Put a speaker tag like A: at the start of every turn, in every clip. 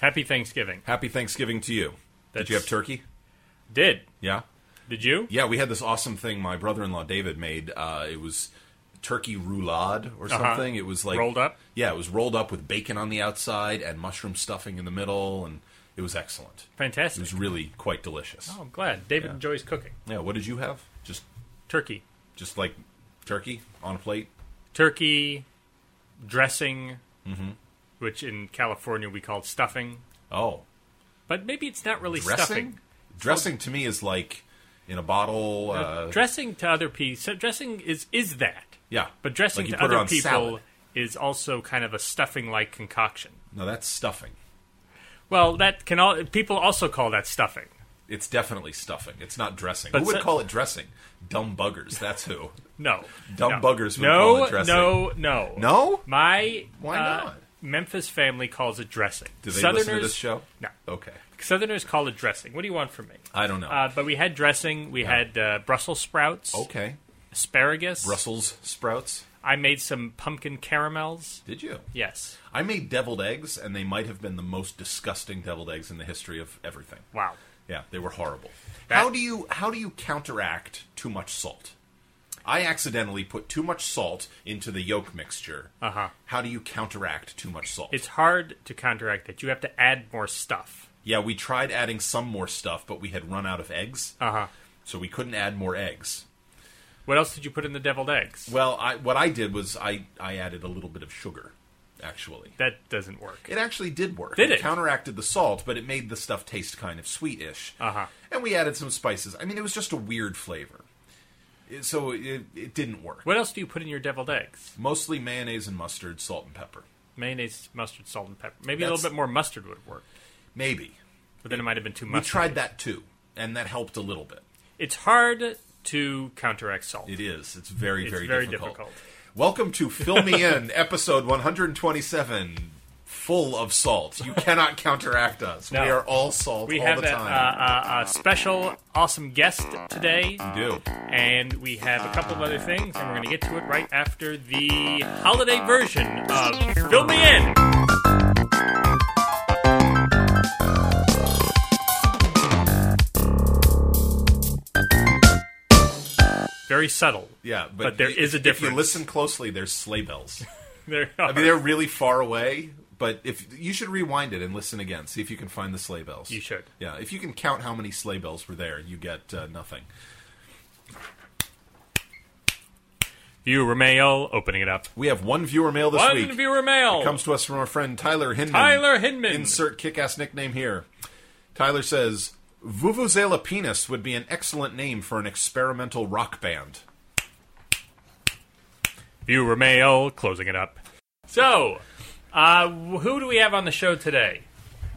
A: Happy Thanksgiving.
B: Happy Thanksgiving to you. Did
A: That's-
B: you have turkey?
A: Did
B: Yeah.
A: did you?
B: Yeah, we had this awesome thing my brother-in-law David made. Uh, it was turkey roulade or something. It was like
A: Uh-huh. Rolled up?
B: Yeah, it was rolled up with bacon on the outside and mushroom stuffing in the middle, and it was excellent. It
A: Fantastic.
B: was really quite delicious.
A: Oh, I'm glad David enjoys cooking
B: Yeah, what did you have? Just
A: turkey,
B: just like turkey on a plate.
A: turkey dressing,
B: Mm-hmm.
A: which in California we call stuffing,
B: Oh,
A: but maybe it's not really
B: dressing.
A: stuffing.
B: Dressing to me is like in a bottle. Uh,
A: dressing to other people, so dressing is is that.
B: yeah,
A: But dressing
B: Like you
A: to
B: put it
A: other
B: on
A: people
B: salad.
A: is also kind of a stuffing-like concoction.
B: No, that's stuffing.
A: Well, that can all people also call that stuffing.
B: It's definitely stuffing. It's not dressing.
A: But
B: who would
A: so-
B: call it dressing? Dumb buggers. That's who.
A: No, no.
B: Dumb buggers would
A: no,
B: call it dressing.
A: No, no,
B: No?
A: My
B: Why
A: uh,
B: not?
A: Memphis family calls it dressing.
B: Do they
A: Southerners
B: listen to this show?
A: No,
B: Okay.
A: Southerners call it dressing. What do you want from me?
B: I don't know.
A: Uh, but we had dressing. We had uh, Brussels sprouts,
B: okay.
A: asparagus.
B: Brussels sprouts.
A: I made some pumpkin caramels.
B: Did you?
A: Yes.
B: I made deviled eggs, and they might have been the most disgusting deviled eggs in the history of everything.
A: Wow.
B: Yeah, they were horrible.
A: That-
B: how do you how do you counteract too much salt? I accidentally put too much salt into the yolk mixture. Uh huh. How do you counteract too much salt?
A: Uh-huh. It's hard to counteract that. You have to add more stuff.
B: yeah, we tried adding some more stuff, but we had run out of eggs,
A: Uh huh.
B: so we couldn't add more eggs.
A: What else did you put in the deviled eggs?
B: Well, I, what I did was I, I added a little bit of sugar, actually.
A: that doesn't work.
B: It actually did work.
A: Did it?
B: counteracted the salt, but it made the stuff taste kind of sweetish. Uh
A: Uh-huh.
B: And we added some spices. I mean, it was just a weird flavor, It- so it, it didn't work.
A: what else do you put in your deviled eggs?
B: Mostly mayonnaise and mustard, salt and pepper.
A: Mayonnaise, mustard, salt, and pepper. Maybe a
B: That's-
A: little bit more mustard would have worked,
B: Maybe
A: but then it might have been too
B: we
A: much.
B: tried that too, and that helped a little bit.
A: It's hard to counteract salt.
B: It is. It's very,
A: It's
B: very,
A: very
B: difficult.
A: difficult.
B: Welcome to Fill Me In, episode 127, full of salt. You cannot counteract us.
A: No.
B: We are all salt
A: we
B: all
A: have
B: the
A: a,
B: time.
A: uh, uh, a special, awesome guest today,
B: We do.
A: and we have a couple of other things, and we're going to get to it right after the holiday version of Fill Me In. Very subtle.
B: Yeah, but,
A: But there
B: y-
A: is a
B: If
A: difference.
B: you listen closely, there's sleigh bells.
A: There
B: I mean, they're really far away, but if you should rewind it and listen again, see if you can find the sleigh bells.
A: You should.
B: Yeah, if you can count how many sleigh bells were there, you get uh, nothing.
A: Viewer mail, opening it up.
B: We have one viewer mail this
A: One
B: week.
A: viewer mail.
B: comes to us from our friend Tyler Hinman.
A: Tyler Hinman.
B: Insert kick-ass nickname here. Tyler says, "Vuvuzela Penis would be an excellent name for an experimental rock band."
A: Viewer mail, closing it up. So, uh, who do we have on the show today?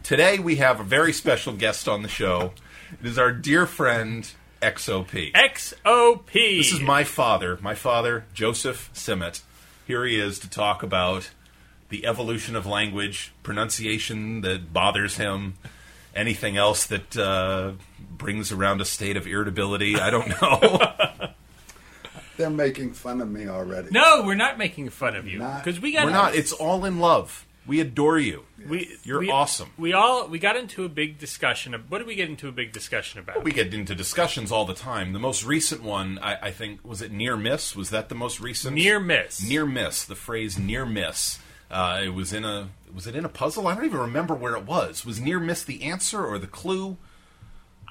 B: Today we have a very special guest on the show. It is our dear friend XOP.
A: XOP.
B: This is my father, my father, Joseph Simmet. Here he is to talk about the evolution of language, pronunciation that bothers him, anything else that uh, brings around a state of irritability. I don't know.
C: They're making fun of me already.
A: No, we're not making fun of you
C: Not-
A: because we got
B: We're not. It's all in love. We adore you.
A: we,
B: You're
A: we-
B: awesome.
A: We all we got into a big discussion. Of, what did we get into a big discussion about?
B: We get into discussions all the time. The most recent one, I, I think, was it near miss? Was that the most recent?
A: Near miss.
B: near miss the phrase near miss uh, it was in a was it in a puzzle i don't even remember where it was was near miss the answer or the clue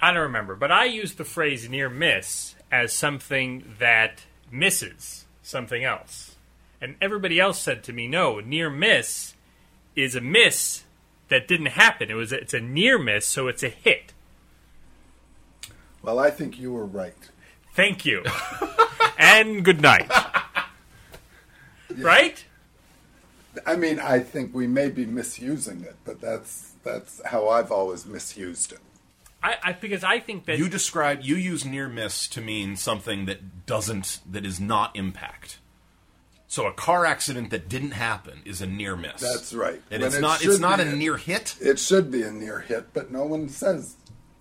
A: I don't remember, but I used the phrase near miss as something that misses something else. And everybody else said to me, no, near miss is a miss that didn't happen. It was it's a near miss, so it's a hit.
C: Well, I think you were right.
A: Thank you. and good night. Right?
C: I mean, I think we may be misusing it, but that's that's how I've always misused it.
A: I, I because I think that
B: you describe you use near miss to mean something that doesn't that is not impact so a car accident that didn't happen is a near miss
C: That's right.
B: and
C: When
B: it's
C: it
B: not it's
C: should
B: not
C: be
B: a near hit
C: It should be a near hit, but no one says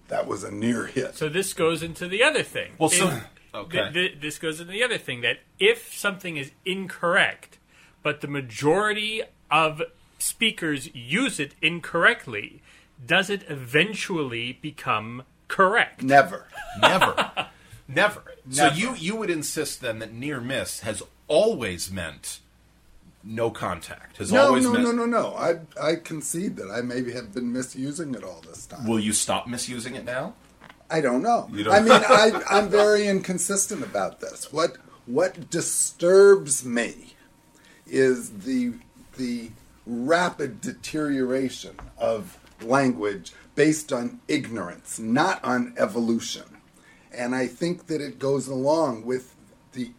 C: that was a near hit.
A: so this goes into the other thing.
B: well so
A: If-
B: okay
A: th- th- this goes into the other thing that if something is incorrect, but the majority of speakers use it incorrectly, does it eventually become correct?
C: Never.
B: Never. Never. So
C: Never.
B: you you would insist then that near miss has always meant no contact. Has
C: No,
B: always
C: no,
B: meant
C: no, no, no. I I concede that I maybe have been misusing it all this time.
B: Will you stop misusing it now?
C: I don't know.
B: You don't-
C: I mean, I, I'm very inconsistent about this. What what disturbs me is the the rapid deterioration of language based on ignorance, not on evolution. And I think that it goes along with the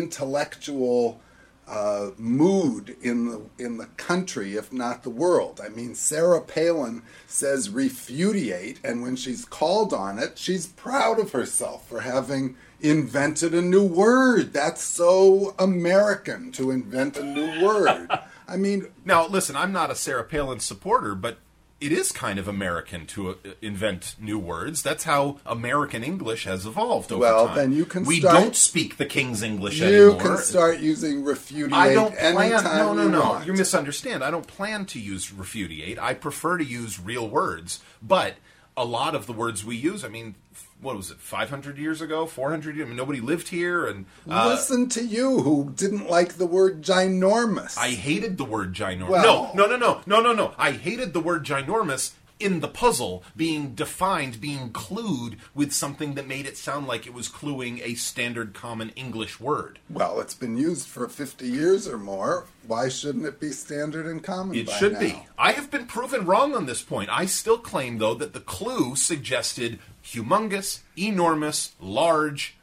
C: anti-intellectual uh, mood in the in the country, if not the world. I mean, Sarah Palin says refudiate, and when she's called on it, she's proud of herself for having invented a new word. That's so American to invent a new word. I mean,
B: Now, listen, I'm not a Sarah Palin supporter, but it is kind of American to uh, invent new words. That's how American English has evolved over
C: Well,
B: time.
C: then you can
B: we
C: start-
B: don't speak the King's English
C: you
B: anymore.
C: can start using refudiate
B: I don't plan.
C: anytime
B: No, no,
C: you
B: no.
C: want.
B: You misunderstand. I don't plan to use refudiate. I prefer to use real words. But a lot of the words we use, I mean, what was it, 500 years ago, 400 years? I mean, nobody lived here. And uh,
C: Listen to you, who didn't like the word ginormous.
B: I hated the word ginormous.
C: Well-
B: no, no, no, no, no, no, no. I hated the word ginormous in the puzzle being defined, being clued with something that made it sound like it was cluing a standard common English word.
C: Well, it's been used for 50 years or more. Why shouldn't it be standard and common?
B: It
C: by
B: should
C: now?
B: be. I have been proven wrong on this point. I still claim, though, that the clue suggested humongous, enormous, large,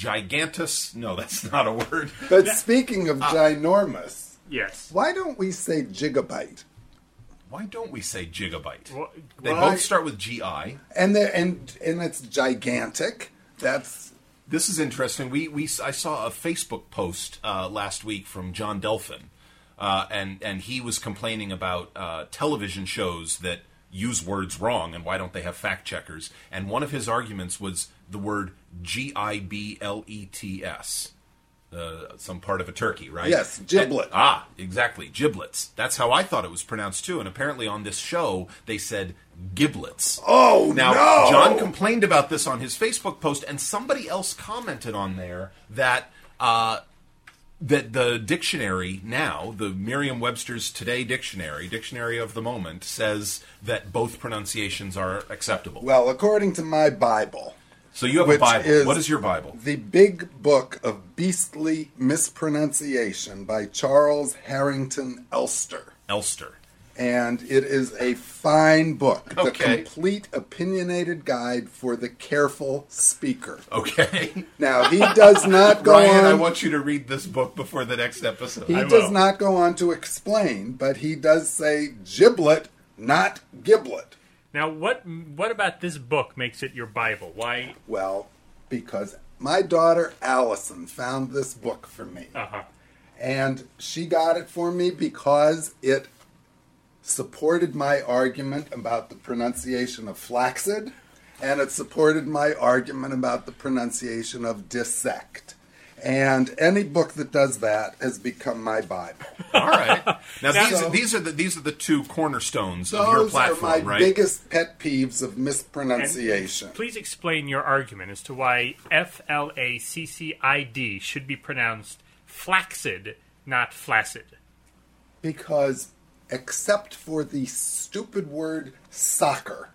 B: gigantus. No, that's not a word.
C: But speaking
B: Uh,
C: of ginormous,
A: Yes.
C: why don't we say gigabyte?
B: Why don't we say gigabyte?
A: Well,
B: they
A: well, I-
B: both start with GI.
C: And there, and and it's gigantic. That's
B: This is interesting. We, we I saw a Facebook post uh, last week from John Delphin, uh, and and he was complaining about uh, television shows that use words wrong and why don't they have fact checkers? And one of his arguments was the word G I B L E T S, uh, some part of a turkey, right?
C: Yes, giblet.
B: And- ah, exactly, giblets. That's how I thought it was pronounced too. And apparently on this show they said giblets.
C: oh
B: Now,
C: no!
B: John complained about this on his Facebook post, and somebody else commented on there that uh, that the dictionary now, the Merriam-Webster's Today Dictionary, dictionary of the moment, says that both pronunciations are acceptable.
C: well, according to my Bible,
B: so you have a
C: which
B: Bible.
C: is-
B: what is your Bible?
C: the Big Book of Beastly Mispronunciation by Charles Harrington Elster.
B: Elster.
C: and it is a fine book.
B: Okay.
C: The complete opinionated guide for the careful speaker.
B: Okay,
C: Now he does not go
B: Ryan, I
C: on.
B: want you to read this book before the next episode.
C: he
A: I
C: does
A: will.
C: not go on to explain, but he does say giblet, not giblet.
A: Now, what what about this book makes it your Bible? Why?
C: Well, because my daughter Allison found this book for me.
A: Uh-huh.
C: And she got it for me because it supported my argument about the pronunciation of flaccid, and it supported my argument about the pronunciation of dissect. And any book that does that has become my Bible.
B: All right. Now, these,
C: So-
B: these are the these are the two cornerstones of your
C: Those are
B: platform,
C: my
B: right?
C: biggest pet peeves of mispronunciation.
A: Please explain your argument as to why F L A C C I D should be pronounced flaccid, not flaccid.
C: because except for the stupid word soccer,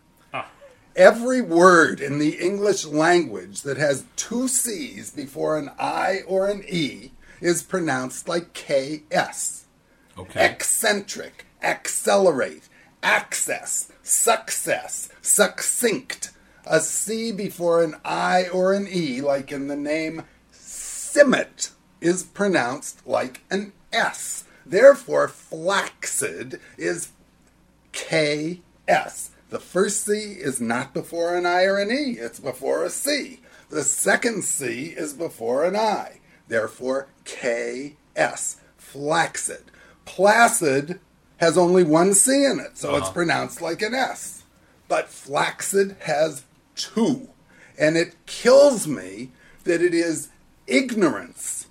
C: every word in the English language that has two C's before an I or an E is pronounced like KS.
B: okay.
C: Eccentric, accelerate, access, success, succinct. A C before an I or an E, like in the name Simmet is pronounced like an S. Therefore, flaccid is KS. The first C is not before an I or an E, it's before a C. The second C is before an I. Therefore, KS. Flaccid. Placid has only one C in it, so it's pronounced like an S. But flaccid has two. And it kills me that it is ignorance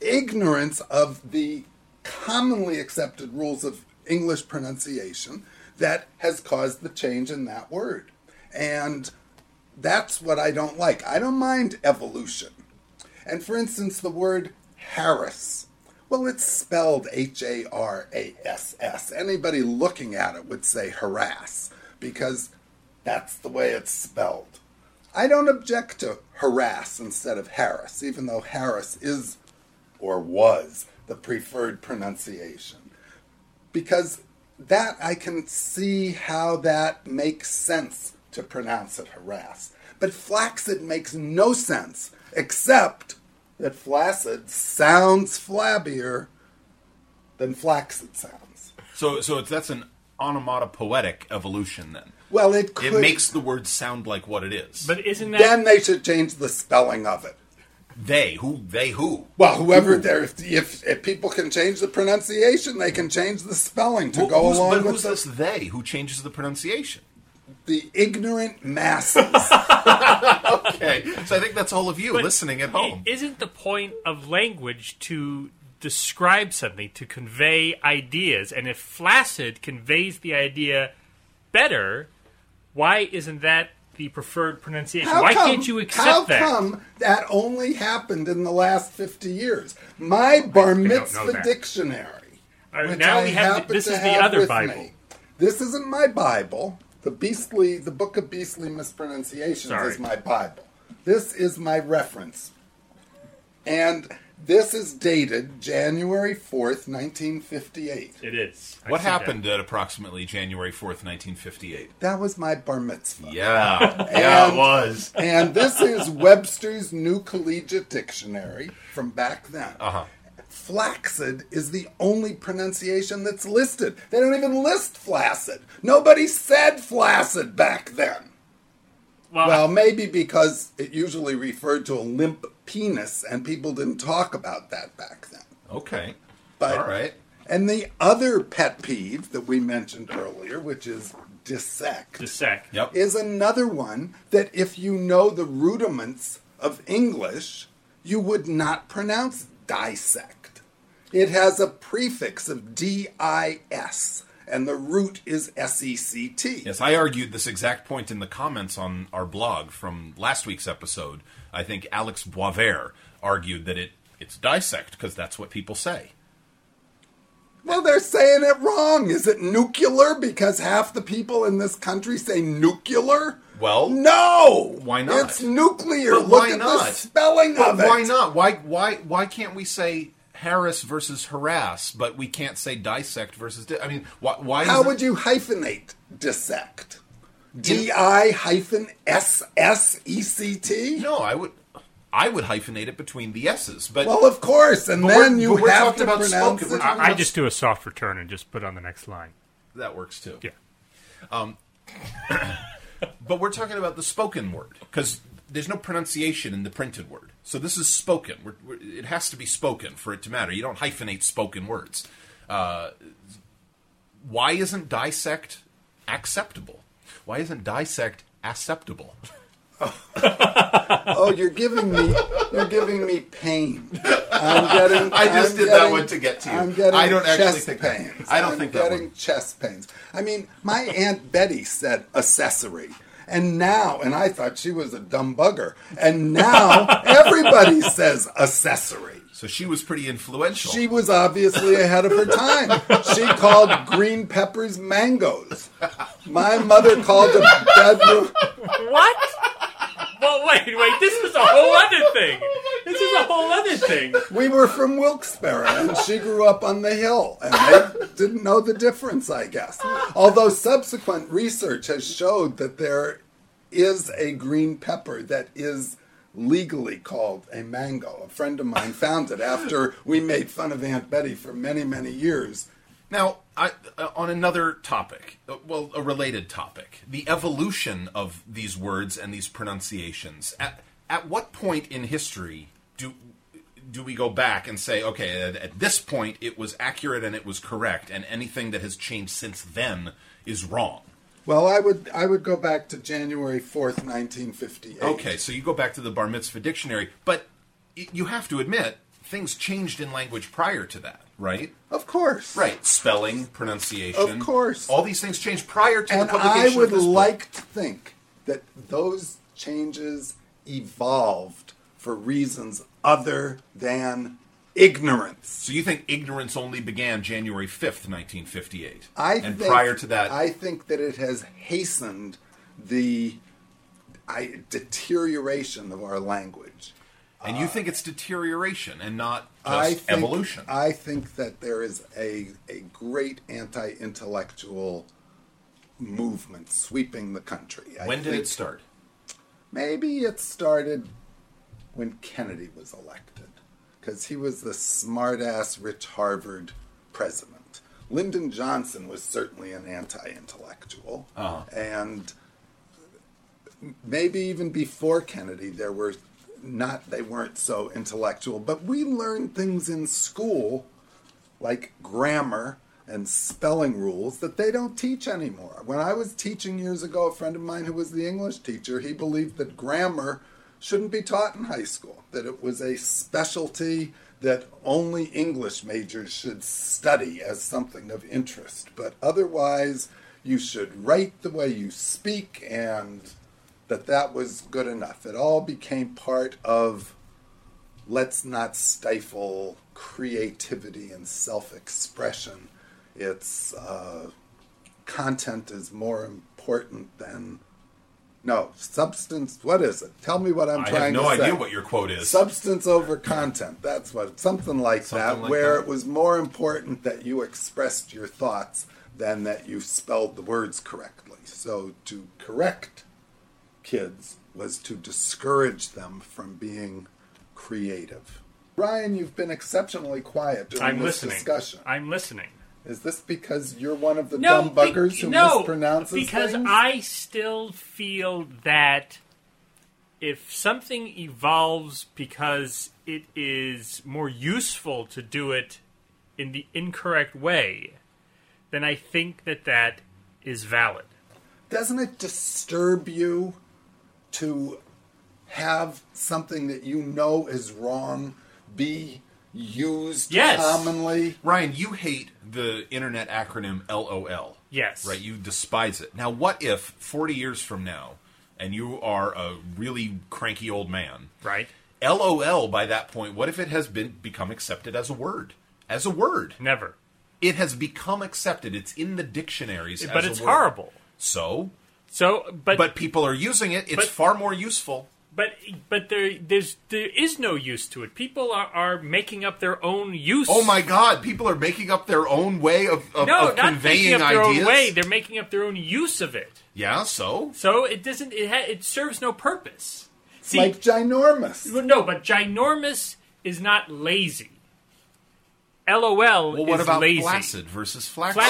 C: ignorance of the commonly accepted rules of English pronunciation that has caused the change in that word. And that's what I don't like. I don't mind evolution. And for instance, the word Harris. Well, it's spelled H A R A S S. Anybody looking at it would say harass because that's the way it's spelled. I don't object to harass instead of Harris, even though Harris is or was the preferred pronunciation. Because that I can see how that makes sense to pronounce it harass. But flaccid makes no sense, except that flaccid sounds flabbier than flaccid sounds.
B: So, so it's, that's an onomatopoetic evolution then.
C: Well, it could.
B: It makes the word sound like what it is.
A: But isn't that
C: then they should change the spelling of it.
B: they who they who
C: Well, whoever there, if, if if people can change the pronunciation, they can change the spelling to
B: Who-
C: go
B: who's-
C: along
B: but
C: with
B: who's
C: the-
B: this they who changes the pronunciation?
C: the ignorant masses.
B: Okay, so I think that's all of you listening at home.
A: I- Isn't the point of language to describe something, to convey ideas? And if flaccid conveys the idea better, why isn't that the preferred pronunciation? why can't you accept
C: how
A: that?
C: come that only happened in the last 50 years? My bar
A: know
C: mitzvah
A: that.
C: dictionary.
A: All right,
C: which
A: now
C: I
A: we have the-
C: happen
A: this
C: to
A: is the
C: have
A: other
C: with
A: Bible.
C: me. This isn't my Bible. The beastly, the book of beastly mispronunciations
A: Sorry.
C: is my Bible. This is my reference, and this is dated January 4th, 1958.
A: It is. I
B: What
A: see that.
B: happened at approximately January fourth, nineteen fifty-eight?
C: That was my bar mitzvah.
B: Yeah, yeah, it
C: And-
B: was.
C: and this is Webster's New Collegiate Dictionary from back then.
B: Uh-huh.
C: Flaccid is the only pronunciation that's listed. They don't even list flaccid. Nobody said flaccid back then.
B: Ah.
A: Well,
C: Well, maybe because it usually referred to a limp penis, and people didn't talk about that back then.
B: Okay,
C: But
B: all right.
C: and the other pet peeve that we mentioned earlier, which is dissect
A: dissect.
B: Yep.
C: is another one that if you know the rudiments of English, you would not pronounce dissect. It has a prefix of D-I-S, and the root is E S-E-C-T.
B: Yes, I argued this exact point in the comments on our blog from last week's episode. I think Alex Boisvert argued that it it's dissect because that's what people say.
C: Well, they're saying it wrong. Is it nuclear? Because half the people in this country say nuclear?
B: Well,
C: No!
B: Why not?
C: It's nuclear.
B: But
C: Look
B: why
C: at
B: not?
C: the spelling
B: But
C: of it.
B: why not? Why why why can't we say Harris versus harass, but we can't say dissect versus? Di- I mean, why? why is
C: How
B: it-
C: would you hyphenate dissect? D I hyphen S S E C T?
B: No, I would. I would hyphenate it between the s's, but
C: Well, of course, and
B: But we're-
C: then you
B: but we're
C: have
B: talking
C: to
B: about
C: pronounce
B: spoken- we're
C: it.
B: talking-
A: I, I just do a soft return and just put on the next line.
B: that works too.
A: Yeah.
B: But we're talking about the spoken word because there's no pronunciation in the printed word. So this is spoken. We're, we're, it has to be spoken for it to matter. You don't hyphenate spoken words. Uh, why isn't dissect acceptable? Why isn't dissect acceptable?
C: Oh, you're giving me, you're giving me pain. I'm getting.
B: I just
C: I'm
B: did that
C: getting-
B: one to get to you.
C: I'm getting
B: I don't actually
C: chest
B: think that-
C: pains.
B: I don't
C: I'm
B: think that
C: getting
B: one.
C: chest pains. I mean, my aunt Betty said accessory. And now, and I thought she was a dumb bugger. And now everybody says accessory.
B: So she was pretty influential.
C: She was obviously ahead of her time. She called green peppers mangoes. My mother called a bedroom.
A: What? well, wait, wait. This is a whole other thing.
C: Oh
A: this is a whole other thing.
C: We were from Wilkes-Barre, and she grew up on the hill, and they didn't know the difference, I guess. Although subsequent research has showed that there is a green pepper that is legally called a mango. A friend of mine found it after we made fun of Aunt Betty for many, many years.
B: Now, I, uh, on another topic, uh, well, a related topic, the evolution of these words and these pronunciations. At, at what point in history do do we go back and say, okay, at, at this point it was accurate and it was correct, and anything that has changed since then is wrong?
C: Well, I would I would go back to January fourth, nineteen fifty eight.
B: Okay, so you go back to the Bar Mitzvah dictionary, but y- you have to admit things changed in language prior to that. right?
C: Of course.
B: Right. Spelling, pronunciation.
C: Of course.
B: All these things change prior to
C: And
B: the publication
C: I would
B: of this book.
C: like to think that those changes evolved for reasons other than ignorance.
B: So you think ignorance only began January 5th, 1958.
C: I
B: and
C: think,
B: prior to that,
C: I think that it has hastened the I, deterioration of our language.
B: and you think it's deterioration and not just
C: I think,
B: evolution.
C: I think that there is a, a great anti intellectual movement sweeping the country. I
B: when did
C: think
B: it start?
C: Maybe it started when Kennedy was elected, because he was the smartass rich Harvard president. Lyndon Johnson was certainly an anti intellectual.
B: Uh-huh.
C: And maybe even before Kennedy, there were not, they weren't so intellectual, but we learned things in school like grammar and spelling rules that they don't teach anymore. When I was teaching years ago, a friend of mine who was the English teacher, he believed that grammar shouldn't be taught in high school, that it was a specialty that only English majors should study as something of interest. But otherwise, you should write the way you speak and that that was good enough. It all became part of let's not stifle creativity and self expression. It's uh, content is more important than. No, substance. What is it? Tell me what I'm
B: I have
C: trying
B: no
C: to say.
B: idea what your quote is.
C: Substance over content. That's what something like that,
B: Something like
C: where
B: that.
C: it was more important that you expressed your thoughts than that you spelled the words correctly. So to correct kids was to discourage them from being creative. Ryan, you've been exceptionally quiet during
A: I'm
C: this
A: listening.
C: discussion.
A: I'm listening.
C: Is this because you're one of the
A: No,
C: dumb buggers
A: be-
C: who
A: no,
C: mispronounces
A: because
C: things?
A: I still feel that if something evolves because it is more useful to do it in the incorrect way, then I think that that is valid.
C: doesn't it disturb you to have something that you know is wrong be used
A: Yes.
C: commonly?
B: Ryan, you hate the internet acronym LOL.
A: Yes.
B: Right? You despise it. Now, what if 40 years from now, and you are a really cranky old man,
A: Right?
B: LOL by that point, what if it has been become accepted as a word? As a word.
A: Never.
B: It has become accepted. It's in the dictionaries.
A: but
B: as a
A: it's
B: word.
A: horrible.
B: So,
A: So, but
B: but people are using it. It's
A: But-
B: far more useful.
A: but but there there's there is no use to it. People are, are making up their own use.
B: Oh my God! People are making up their own way of, of,
A: No,
B: of
A: not making
B: conveying
A: up their
B: ideas.
A: own way. They're making up their own use of it.
B: yeah. So
A: So it doesn't. It ha- it serves no purpose. See,
C: Like ginormous.
A: well, no, but ginormous is not lazy. LOL
B: Well, what
A: is
B: about
A: lazy.
B: flaccid versus flaccid?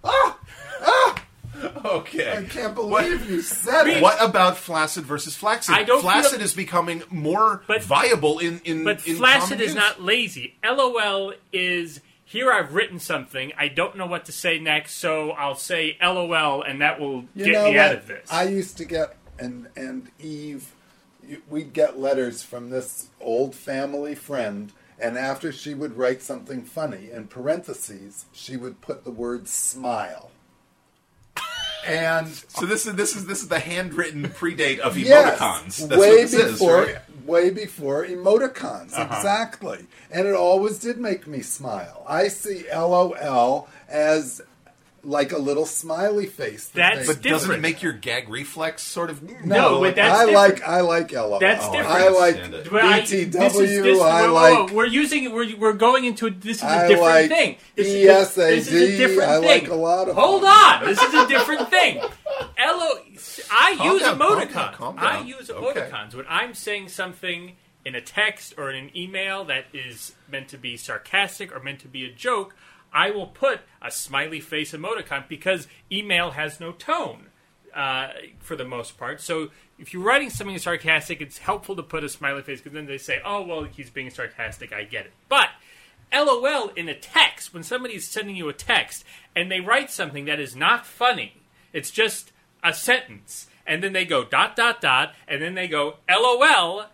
A: Flaccid.
B: okay.
C: I can't believe you said it.
B: What about flaccid versus flaccid?
A: I don't
B: flaccid
A: feel-
B: is becoming more
A: But-
B: viable in in
A: But
B: in
A: flaccid
B: common
A: is
B: use.
A: not lazy. LOL is here. I've written something. I don't know what to say next, so I'll say LOL, and that will
C: You
A: get
C: know
A: me
C: what?
A: out of this.
C: I used to get and and Eve, you- we'd get letters from this old family friend, and after she would write something funny in parentheses, she would put the word smile. And
B: So this is this is this is the handwritten predate of emoticons.
C: Yes,
B: That's
C: way
B: what this is,
C: before,
B: right?
C: way before emoticons,
A: Uh-huh.
C: exactly. And it always did make me smile. I see LOL as like a little smiley face. that
A: That's
C: they-
B: But doesn't it
A: different.
B: make your gag reflex sort of
A: No, but that's
C: I
A: different.
C: like I like LOL.
A: That's
C: I
A: different.
C: like
B: Understand it.
A: But I- this is- this-
C: BTW. I
A: whoa, whoa,
C: like
A: We're using. We're, we're going into. This is a
C: I
A: different
C: like E
A: thing. This, is-
C: ESAD,
A: this is a different
C: I
A: thing.
C: like a lot of
A: Hold
C: them.
A: on. This is a different thing. Elo, I
B: Calm
A: use
B: down, calm
A: emoticons.
B: down, calm
A: I
B: down.
A: use
B: Okay.
A: emoticons when I'm saying something in a text or in an email that is meant to be sarcastic or meant to be a joke. I will put a smiley face emoticon because email has no tone uh, for the most part. So if you're writing something sarcastic, it's helpful to put a smiley face because then they say, "Oh, well, he's being sarcastic. I get it." But LOL in a text when somebody's sending you a text and they write something that is not funny. It's just a sentence, and then they go dot dot dot, and then they go LOL.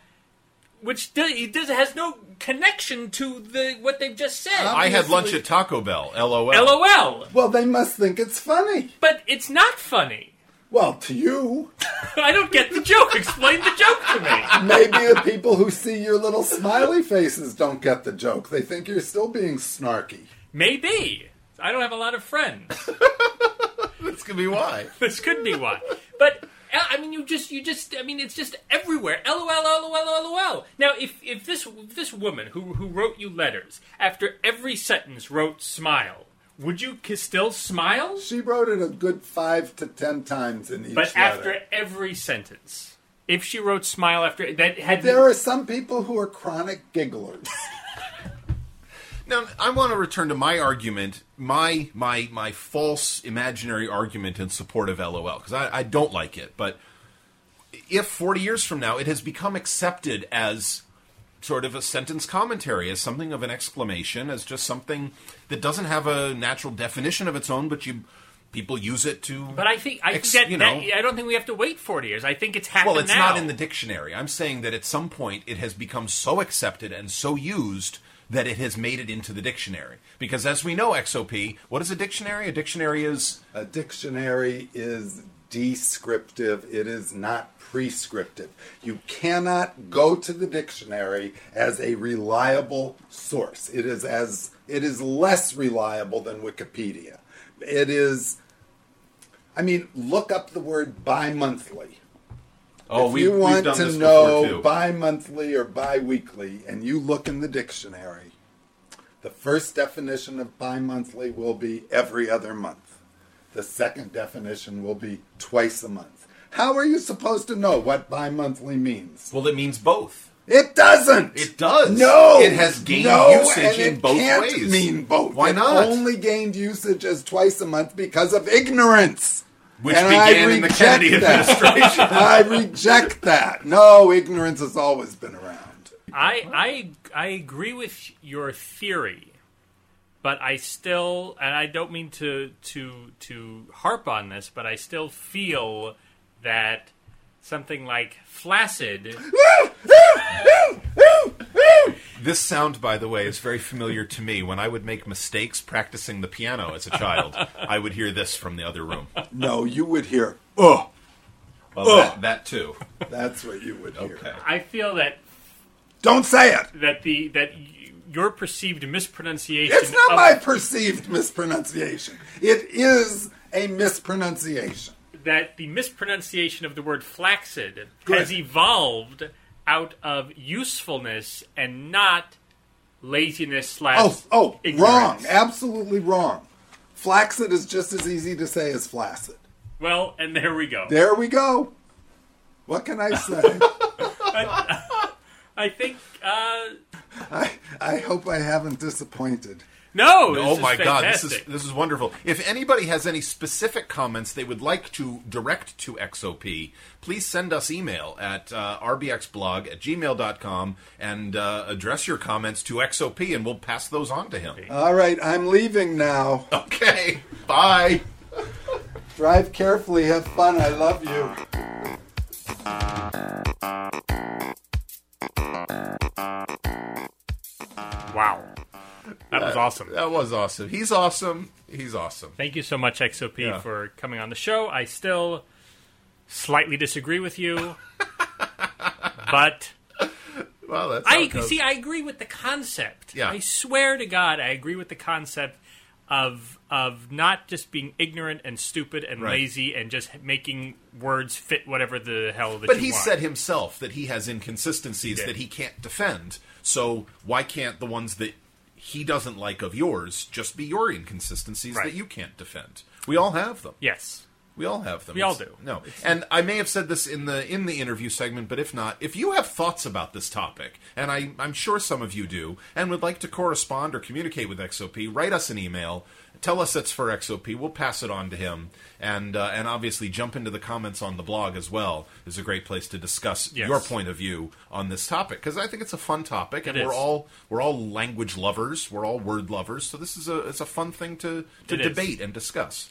A: which do, it does has no connection to the what they've just said.
B: I had lunch at Taco Bell. LOL.
A: LOL.
C: Well, they must think it's funny.
A: But it's not funny.
C: Well, to you,
A: I don't get the joke. Explain the joke to me.
C: maybe the people who see your little smiley faces don't get the joke. They think you're still being snarky.
A: Maybe. I don't have a lot of friends.
B: That's gonna be why.
A: This could be why. But uh, I mean you just you just I mean it's just everywhere. LOL LOL LOL. Now if if this this woman who who wrote you letters after every sentence wrote smile, would you ki- still smile?
C: She wrote it a good five to ten times in each
A: But
C: letter.
A: after every sentence, if she wrote smile after that had
C: there are some people who are chronic gigglers.
B: Now I want to return to my argument, my my my false imaginary argument in support of LOL because I, I don't like it. But if 40 years from now it has become accepted as sort of a sentence commentary, as something of an exclamation, as just something that doesn't have a natural definition of its own, but you people use it to.
A: But I think I think
B: ex-
A: that,
B: you
A: that-
B: know.
A: I don't think we have to wait forty years. I think it's happened.
B: Well, it's
A: now.
B: not in the dictionary. I'm saying that at some point it has become so accepted and so used that it has made it into the dictionary. Because as we know, XOP, what is a dictionary? A dictionary is
C: A dictionary is descriptive, it is not prescriptive. You cannot go to the dictionary as a reliable source. It is as it is less reliable than Wikipedia. It is I mean, look up the word bi-monthly.
B: oh,
C: if
B: we,
C: you
B: we've
C: want
B: done
C: to
B: this before
C: know
B: too.
C: bi-monthly or bi-weekly and you look in the dictionary, the first definition of bi-monthly will be every other month. The second definition will be twice a month. How are you supposed to know what bi-monthly means?
B: well, it means both.
C: It doesn't.
B: It does.
C: No.
B: It has gained
C: no,
B: usage
C: and it
B: in both
C: can't
B: ways.
C: Mean both.
B: Why
C: It
B: not?
C: Only gained usage as twice a month because of ignorance.
B: Which
C: And I
B: began in the
C: reject
B: Kennedy
C: that.
B: administration.
C: I reject that. No, ignorance has always been around.
A: I, I I agree with your theory, but I still and I don't mean to to to harp on this, but I still feel that something like flaccid
B: This sound, by the way, is very familiar to me. When I would make mistakes practicing the piano as a child, I would hear this from the other room.
C: No, you would hear, ugh.
B: Well, that, that too.
C: That's what you would hear.
B: Okay.
A: I feel that
C: Don't say it.
A: that the that y- your perceived mispronunciation
C: It's not
B: Um,
A: of-
C: my perceived mispronunciation. It is a mispronunciation.
A: that the mispronunciation of the word flaccid
C: Good.
A: has evolved out of usefulness and not laziness slash
C: Oh, oh,
A: ignorance.
C: wrong. Absolutely wrong. Flaccid is just as easy to say as flaccid.
A: Well, and there we go.
C: There we go. What can I say?
A: I think uh,
C: I, I hope I haven't disappointed.
A: no.
B: Oh my god, this is
A: fantastic.
B: this is wonderful. If anybody has any specific comments they would like to direct to XOP, please send us email at uh, rbxblog at gmail.com and uh, address your comments to XOP and we'll pass those on to him.
C: All right, I'm leaving now.
B: Okay, bye.
C: Drive carefully. Have fun. I love you.
A: wow. That was awesome.
B: That was awesome. He's awesome. He's awesome.
A: Thank you so much, XOP,
B: Yeah.
A: for coming on the show. I still slightly disagree with you, but
B: Well, that's how
A: I
B: it goes.
A: see. I agree with the concept.
B: Yeah.
A: I swear to God, I agree with the concept of of not just being ignorant and stupid and
B: Right.
A: lazy and just making words fit whatever the hell that
B: But
A: you
B: he
A: want.
B: said himself that he has inconsistencies
A: Yeah.
B: that he can't defend. So why can't the ones that he doesn't like of yours just be your inconsistencies
A: Right.
B: that you can't defend? We all have them.
A: yes.
B: We all have them.
A: We all
B: It's-
A: do.
B: No. And I may have said this in the in the interview segment, but if not, if you have thoughts about this topic, and I, I'm sure some of you do, and would like to correspond or communicate with XOP, write us an email. Tell us it's for XOP. We'll pass it on to him, and uh, and obviously jump into the comments on the blog as well is a great place to discuss
A: Yes.
B: your point of view on this topic because I think it's a fun topic, and
A: It
B: we're
A: is.
B: all we're all language lovers, we're all word lovers, so this is a it's a fun thing to to
A: It is.
B: debate and discuss.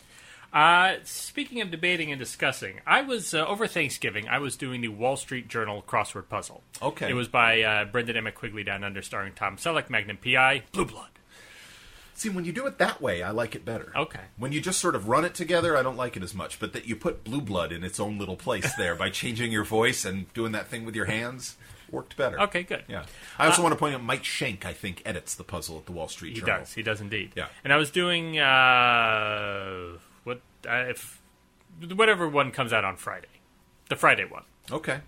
A: Uh, speaking of debating and discussing, I was uh, over Thanksgiving. I was doing the Wall Street Journal crossword puzzle.
B: Okay.
A: It was by uh, Brendan Emmett Quigley down under, starring Tom Selleck, Magnum PI, Blue Blood.
B: See, when you do it that way, I like it better.
A: Okay.
B: When you just sort of run it together, I don't like it as much. But that you put blue blood in its own little place there by changing your voice and doing that thing with your hands worked better.
A: Okay, good.
B: Yeah. I also want to point out Mike Shank, I think, edits the puzzle at the Wall Street
A: He
B: Journal.
A: does. He does indeed.
B: Yeah.
A: And I was doing uh, what uh, if whatever one comes out on Friday, the Friday one,
B: Okay.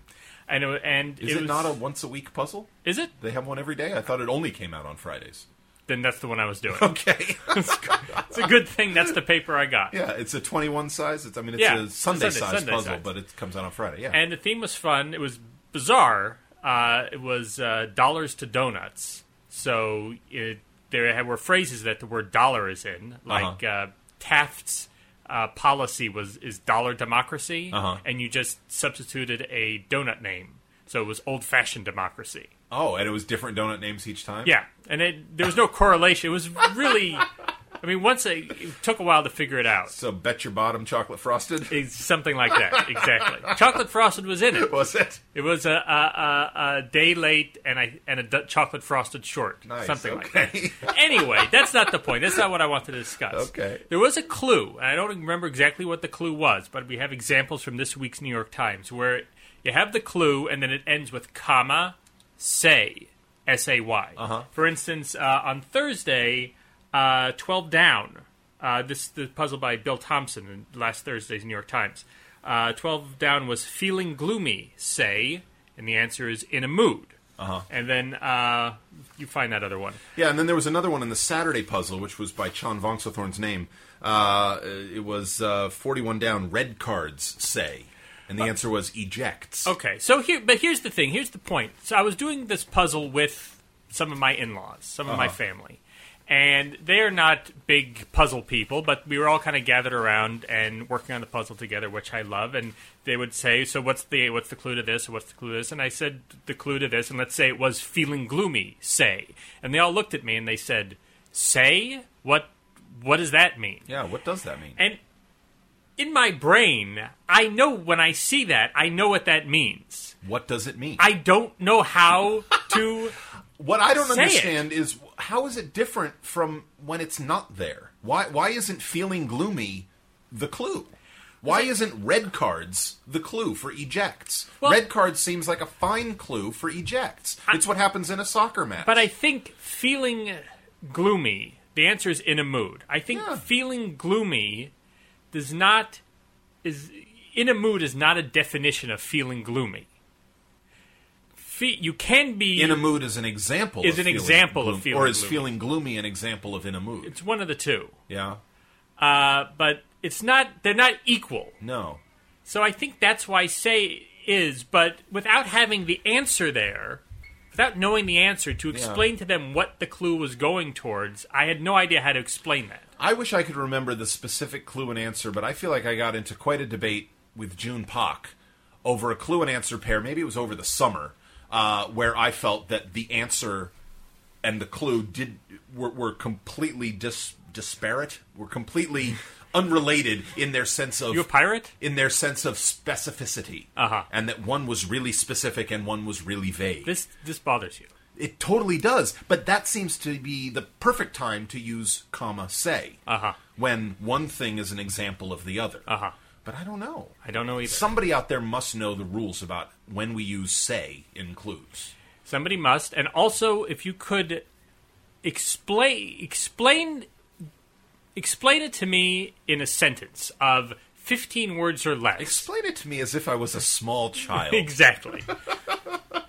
A: and it, wa- and
B: Is
A: it
B: it,
A: was,
B: not a once a week puzzle?
A: is it?
B: They have one every day? I thought it only came out on Fridays.
A: Then that's the one I was doing.
B: Okay.
A: it's a good thing that's the paper I got.
B: yeah, it's a 21 size. It's, I mean, it's
A: Yeah,
B: a
A: Sunday-
B: Sunday, size
A: Sunday
B: puzzle,
A: size.
B: but it comes out on Friday. Yeah.
A: And the theme was fun. It was bizarre. Uh, it was uh, dollars to donuts. So it, there had- were phrases that the word dollar is in, like uh Taft's uh, policy was is dollar democracy,
B: Uh-huh.
A: and you just substituted a donut name. So it was old fashioned democracy.
B: oh, and it was different donut names each time?
A: Yeah, and it, there was no correlation. It was really, I mean, once it, it took a while to figure it out.
B: So bet your bottom chocolate frosted
A: It's something like that, exactly. Chocolate frosted was in it.
B: was it?
A: It was a, a, a, a day late and, I, and a d- chocolate frosted short.
B: Nice.
A: Something like
B: okay.
A: that. Anyway, that's not the point. That's not what I want to discuss.
B: Okay.
A: There was a clue, and I don't remember exactly what the clue was, but we have examples from this week's New York Times where you have the clue and then it ends with comma, say, S A Y. For instance, uh, on Thursday, uh, 12 down. Uh, this the puzzle by Bill Thompson in last Thursday's New York Times. Uh, 12 down was feeling gloomy, say, and the answer is in a mood. Uh-huh. And then uh, you find that other one.
B: Yeah, and then there was another one in the Saturday puzzle, which was by Chon Vongsathorn's name. Uh, it was uh, 41 down, red cards say. And
A: Uh,
B: the answer was ejects.
A: Okay, so here, but here's the thing. Here's the point. So I was doing this puzzle with some of my in-laws, some of my family, and they're not big puzzle people, but we were all kind of gathered around and working on the puzzle together, which I love. And they would say, "So what's the what's the clue to this? Or what's the clue to this?" And I said, "The clue to this." And let's say it was feeling gloomy. Say, and they all looked at me and they said, "Say what? What does that mean?"
B: Yeah, what does that mean?
A: And in my brain, I know when I see that, I know what that means.
B: What does it mean?
A: I don't know how to.
B: what I don't
A: Say it.
B: understand is how is it different from when it's not there? Why why isn't feeling gloomy the clue? Why isn't red cards the clue for ejects?
A: Well-
B: red cards seems like a fine clue for ejects. it's what happens in a soccer match.
A: But I think feeling gloomy, the answer is in a mood. I think
B: Yeah.
A: feeling gloomy does not. is In a mood is not a definition of feeling gloomy. Fe- you can be.
B: in a mood is an example
A: Is
B: of
A: an
B: feeling
A: example of
B: gloom-
A: feeling
B: or is
A: gloomy.
B: feeling gloomy an example of in a mood?
A: it's one of the two.
B: Yeah.
A: Uh, but it's not. They're not equal.
B: No.
A: So I think that's why say is, but without having the answer there, without knowing the answer to explain to them what the clue was going towards, I had no idea how to explain that.
B: I wish I could remember the specific clue and answer, but I feel like I got into quite a debate with June Pak over a clue and answer pair. Maybe it was over the summer, uh, where I felt that the answer and the clue did were, were completely dis, disparate, were completely unrelated in their sense of
A: You a pirate?
B: in their sense of specificity,
A: Uh-huh.
B: and that one was really specific and one was really vague.
A: This this bothers you.
B: It totally does, but that seems to be the perfect time to use comma say.
A: Uh-huh.
B: When one thing is an example of the other.
A: Uh huh.
B: But I don't know.
A: I don't know either.
B: Somebody out there must know the rules about when we use say in clues.
A: Somebody must, and also if you could explain explain explain it to me in a sentence of fifteen words or less.
B: Explain it to me as if I was a small child.
A: Exactly.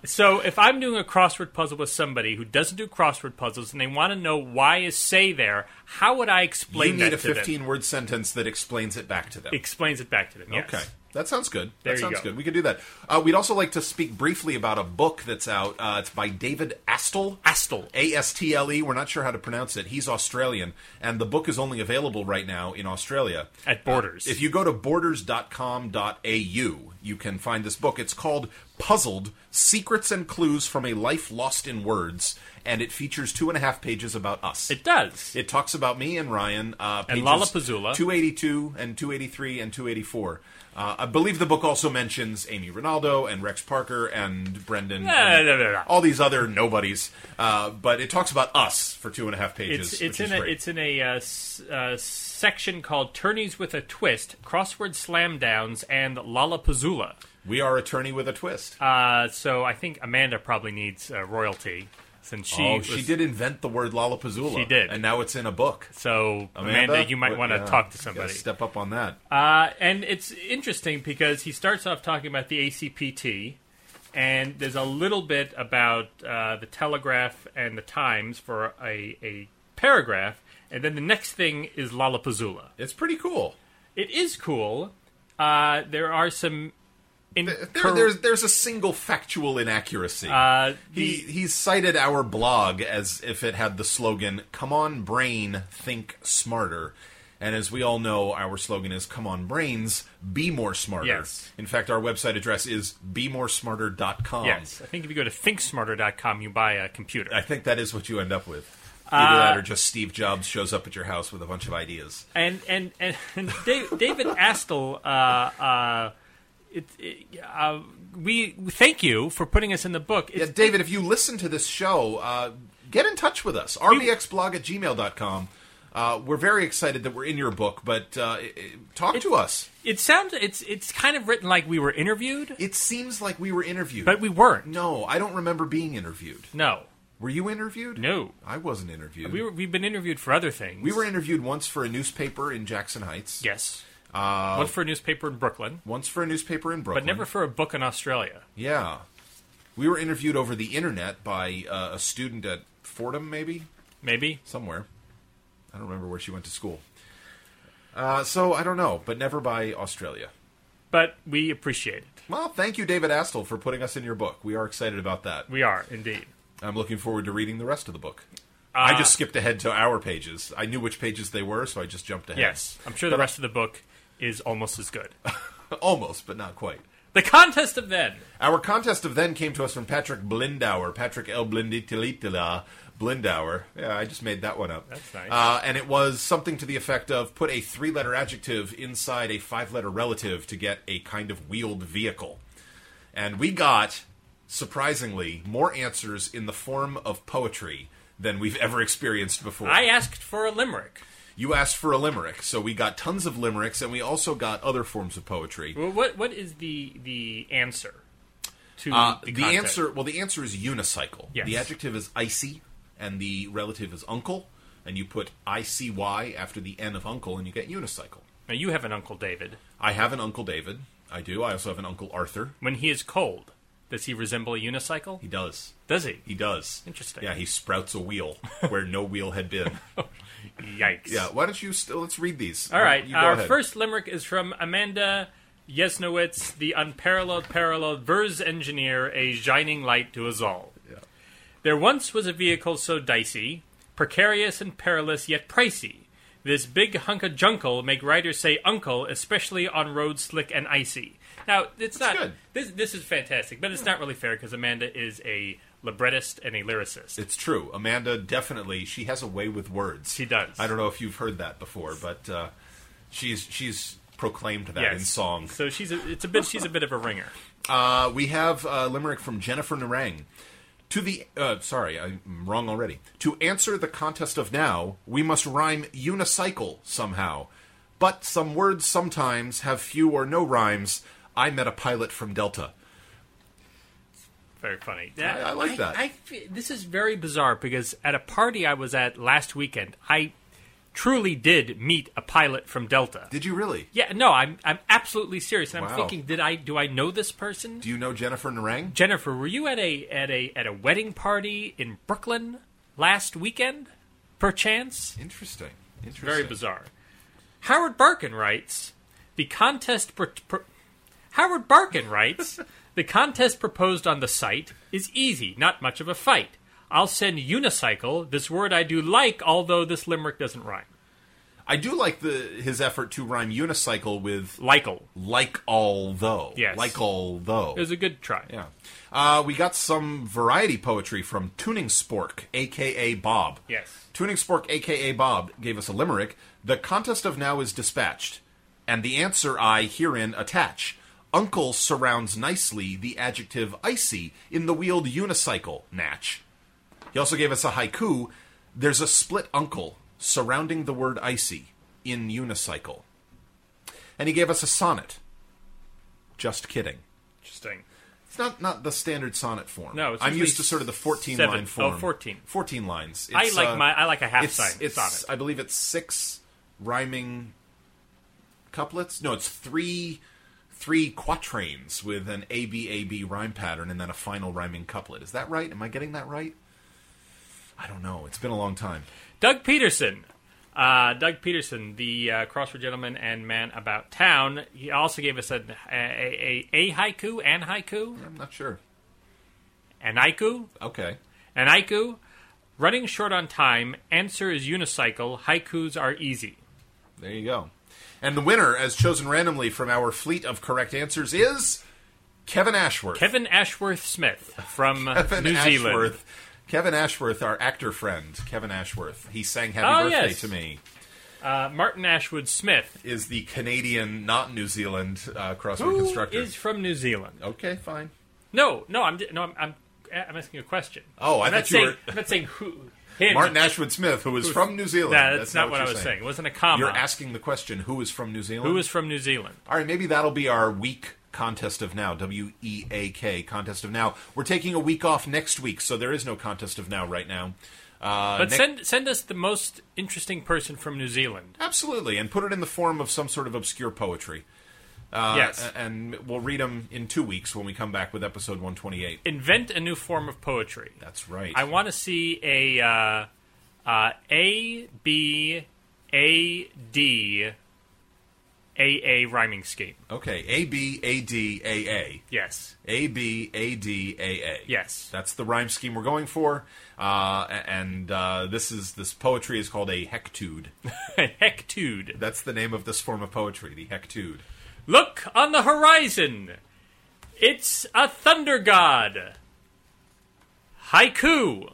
A: so if I'm doing a crossword puzzle with somebody who doesn't do crossword puzzles and they want to know why is say there, how would I
B: you
A: explain
B: need
A: that
B: a
A: to them?
B: 15 word sentence that explains it back to them.
A: Explains it back to them. yes.
B: Okay. That sounds good.
A: There
B: that
A: you
B: sounds
A: go.
B: good. We could do that. Uh, we'd also like to speak briefly about a book that's out. Uh, it's by David Astle.
A: Astle.
B: A S T L E. We're not sure how to pronounce it. He's Australian, and the book is only available right now in Australia.
A: At Borders.
B: Uh, If you go to borders.com.au, you can find this book. It's called Puzzled Secrets and Clues from a Life Lost in Words, and it features two and a half pages about us.
A: It does.
B: It talks about me and Ryan. Uh,
A: And
B: pages
A: Lollapuzzoola.
B: 282 and 283 and 284. Uh, I believe the book also mentions Amy Ronaldo and Rex Parker and Brendan.
A: Yeah,
B: and
A: yeah, yeah, yeah.
B: All these other nobodies. Uh, but it talks about us for two and a half pages.
A: it's
B: which
A: it's
B: is
A: in a
B: great.
A: it's in a uh, s- uh, section called "Turnies with a Twist," crossword slam downs, and Lollapuzzoola.
B: we are attorney with a twist.
A: Uh, so I think Amanda probably needs uh, royalty since she
B: oh,
A: was-
B: she did invent the word lollapuzzoola.
A: She did.
B: And now it's in a book.
A: So Amanda, you might
B: what-
A: want to
B: yeah,
A: talk to
B: gotta
A: somebody.
B: Step up on that.
A: Uh, and it's interesting because he starts off talking about the ACPT, and there's a little bit about uh, the Telegraph and the Times for a, a paragraph, and then the next thing is Lollapuzzoola.
B: it's pretty cool.
A: It is cool. Uh, there are some. In-
B: There, there's there's a single factual inaccuracy.
A: uh,
B: he
A: the-
B: he cited our blog as if it had the slogan "Come on, brain, think smarter." And as we all know, our slogan is "Come on, brains, be more smarter."
A: Yes.
B: In fact, our website address is bemoresmarter.com.
A: yes, I think if you go to thinksmarter.com, you buy a computer.
B: I think that is what you end up with.
A: Uh,
B: Either that, or just Steve Jobs shows up at your house with a bunch of ideas.
A: and and and, and Da- David Astle, uh, uh, it, it, uh, we thank you for putting us in the book.
B: Yeah,
A: It's,
B: Uh, David, if you listen to this show, uh, get in touch with us. rbxblog at gmail.com. Uh, we're very excited that we're in your book, but uh, i- i- talk to us.
A: It sounds it's it's kind of written like we were interviewed,
B: It seems like we were interviewed.
A: but we weren't.
B: no, I don't remember being interviewed.
A: no,
B: Were you interviewed?
A: No.
B: I wasn't interviewed.
A: we were, we've been interviewed for other things.
B: We were interviewed once for a newspaper in Jackson Heights.
A: yes, uh, once for a newspaper in Brooklyn,
B: Once for a newspaper in Brooklyn.
A: but never for a book in Australia.
B: Yeah. We were interviewed over the internet by uh, a student at Fordham, maybe?
A: Maybe
B: somewhere. I don't remember where she went to school. Uh, so I don't know, but never by Australia.
A: but we appreciate it.
B: Well, thank you, David Astle, for putting us in your book. We are excited about that.
A: We are indeed.
B: I'm looking forward to reading the rest of the book. I just skipped ahead to our pages. I knew which pages they were, so I just jumped ahead.
A: Yes, I'm sure the rest of the book is almost as good.
B: Almost, but not quite.
A: the contest of then.
B: Our contest of then came to us from Patrick Blindauer. Patrick L. Blinditilitila. Blindauer. Yeah, I just made that one up.
A: That's nice.
B: Uh, and it was something to the effect of put a three letter adjective inside a five letter relative to get a kind of wheeled vehicle. And we got, surprisingly, more answers in the form of poetry than we've ever experienced before.
A: I asked for a limerick.
B: you asked for a limerick, so we got tons of limericks, and we also got other forms of poetry.
A: Well, what what is the the answer to
B: Uh,
A: the,
B: the
A: content?
B: answer, well, the answer is unicycle.
A: Yes.
B: The adjective is icy, and the relative is uncle, and you put I C Y after the N of uncle, and you get unicycle.
A: Now you have an uncle David.
B: I have an uncle David. I do. I also have an uncle Arthur.
A: When he is cold, does he resemble a unicycle?
B: He does.
A: Does he?
B: He does.
A: Interesting.
B: Yeah, he sprouts a wheel where no wheel had been.
A: Yikes!
B: Yeah. Why don't you? St- let's read these.
A: All right.
B: You go
A: Our
B: ahead.
A: first limerick is from Amanda Yesnowitz, the unparalleled paralleled Vers engineer, a shining light to us all. There once was a vehicle so dicey, precarious and perilous, yet pricey. This big hunk of junkle make riders say uncle, especially on roads slick and icy. Now it's not
B: good.
A: this. This is fantastic, but it's not really fair because Amanda is a librettist and a lyricist.
B: It's true. Amanda definitely she has a way with words.
A: She does.
B: I don't know if you've heard that before, but uh, she's she's proclaimed that in song.
A: So she's a, it's a bit she's a bit of a ringer.
B: Uh, we have a limerick from Jennifer Narang. To the uh, sorry, I'm wrong already. To answer the contest of now, we must rhyme unicycle somehow. But some words sometimes have few or no rhymes. I met a pilot from Delta.
A: Very funny.
B: I like that.
A: I fe- this is very bizarre because at a party I was at last weekend, I truly did meet a pilot from Delta.
B: Did you really?
A: yeah, no, I'm I'm absolutely serious, and
B: Wow.
A: I'm thinking, did I do I know this person?
B: Do you know Jennifer Narang?
A: Jennifer, were you at a at a at a wedding party in Brooklyn last weekend, perchance?
B: Interesting. Interesting.
A: Very bizarre. Howard Barkin writes the contest. Pro- pro- Howard Barkin writes the contest proposed on the site is easy, not much of a fight. I'll send unicycle. This word I do like, although this limerick doesn't rhyme.
B: I do like the his effort to rhyme unicycle with
A: Lycal.
B: like although.
A: Yes.
B: Like although.
A: It was a good try.
B: yeah. Uh, we got some variety poetry from Tuning Spork, aka Bob.
A: Yes.
B: Tuning Spork, aka Bob, gave us a limerick. The contest of now is dispatched, and the answer I herein attach. Uncle surrounds nicely the adjective icy in the wheeled unicycle, Natch. He also gave us a haiku. There's a split uncle surrounding the word icy in unicycle. And he gave us a sonnet. Just kidding.
A: Interesting.
B: It's not, not the standard sonnet form.
A: No, it's
B: I'm
A: usually
B: used to sort of the 14
A: seven-
B: line
A: oh,
B: form.
A: 14.
B: 14 lines.
A: I
B: It's,
A: like
B: uh,
A: my I like a half
B: it's,
A: sign
B: it's,
A: sonnet.
B: I believe it's six rhyming couplets. No, it's three three quatrains with an A B A B rhyme pattern and then a final rhyming couplet. Is that right? Am I getting that right? I don't know. It's been a long time.
A: Doug Peterson. Uh, Doug Peterson, the uh, crossword gentleman and man about town, he also gave us an, a, a, a, a haiku and haiku
B: I'm not sure.
A: and haiku
B: Okay.
A: and haiku. Running short on time, answer is unicycle. Haikus are easy.
B: There you go. And the winner, as chosen randomly from our fleet of correct answers, is Kevin Ashworth.
A: Kevin Ashworth Smith from uh,
B: Kevin
A: New
B: Ashworth.
A: Zealand.
B: Kevin Ashworth, our actor friend, Kevin Ashworth. He sang Happy
A: Oh,
B: Birthday
A: yes.
B: to me.
A: Uh, Martin Ashwood Smith,
B: Is the Canadian, not New Zealand, uh, crossword
A: who
B: constructor.
A: is from New Zealand.
B: Okay, fine.
A: No, no, I'm no, I'm I'm, I'm asking you a question.
B: Oh, I
A: I'm not
B: thought you
A: saying,
B: were-
A: I'm not saying who. Him.
B: Martin Ashwood Smith, who is from New Zealand.
A: Nah, that's, not,
B: not
A: what, I
B: you're
A: was saying. It wasn't a comma.
B: You're asking the question, who is from New Zealand?
A: Who is from New Zealand?
B: All right, maybe that'll be our week contest of now. W E A K contest of now. We're taking a week off next week, so there is no contest of now right now. Uh,
A: But
B: next-
A: send send us the most interesting person from New Zealand.
B: absolutely, and put it in the form of some sort of obscure poetry. Uh,
A: yes.
B: A- and we'll read them in two weeks when we come back with episode 128.
A: Invent a new form of poetry.
B: That's right.
A: I want to see a uh, uh, A B A D A A rhyming scheme.
B: okay, A B A D A A.
A: Yes.
B: A B A D A A.
A: Yes.
B: That's the rhyme scheme we're going for. Uh, a- and uh, this is this poetry is called a hectude.
A: Hectude.
B: That's the name of this form of poetry, the hectude.
A: Look on the horizon. It's a thunder god. Haiku.